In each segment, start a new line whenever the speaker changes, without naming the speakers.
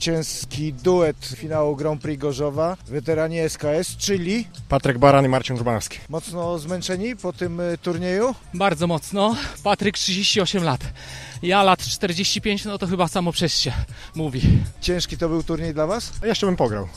zwycięski duet finału Grand Prix Gorzowa, weterani SKS, czyli
Patryk Baran i Marcin Urbanowski.
mocno zmęczeni po tym y, turnieju.
Bardzo mocno. Patryk 38 lat. Ja lat 45, no to chyba samo przez się mówi.
Ciężki to był turniej dla Was?
A jeszcze bym pograł.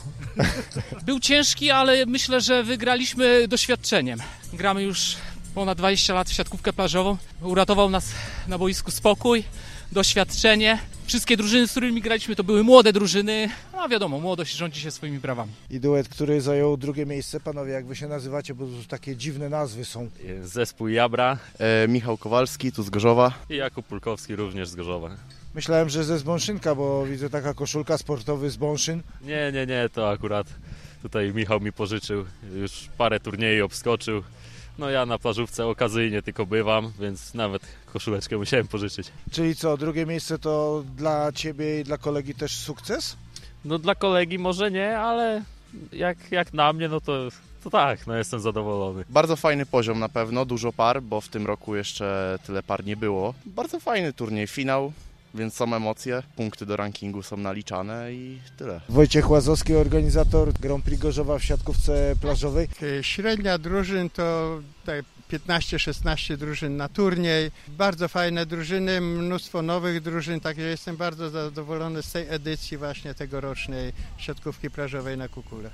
Był ciężki, ale myślę, że wygraliśmy doświadczeniem. Gramy już ponad 20 lat w siatkówkę plażową. Uratował nas na boisku spokój, doświadczenie. Wszystkie drużyny, z którymi graliśmy, to były młode drużyny. No a wiadomo, młodość rządzi się swoimi prawami.
I duet, który zajął drugie miejsce. Panowie, jak Wy się nazywacie, bo tu takie dziwne nazwy są.
Zespół Jabra
E, Michał Kowalski, tu z Gorzowa.
i Jakub Pulkowski również z Gorzowa.
Myślałem, że ze Zbąszynka, bo widzę taka koszulka sportowy z Bąszyn.
Nie, nie, nie, to akurat tutaj Michał mi pożyczył, już parę turniejów obskoczył. No ja na plażówce okazyjnie tylko bywam, więc nawet koszuleczkę musiałem pożyczyć.
Czyli co, drugie miejsce to dla Ciebie i dla kolegi też sukces?
No dla kolegi może nie, ale jak, jak na mnie, no to, to tak, no jestem zadowolony.
Bardzo fajny poziom na pewno, dużo par, bo w tym roku jeszcze tyle par nie było. Bardzo fajny turniej, finał, więc są emocje, punkty do rankingu są naliczane i tyle.
Wojciech Łazowski, organizator Grand Prix Gorzowa w siatkówce plażowej.
E, Średnia drużyn to tak 15-16 drużyn na turniej. Bardzo fajne drużyny, mnóstwo nowych drużyn, także jestem bardzo zadowolony z tej edycji właśnie tegorocznej siatkówki plażowej na Kukule.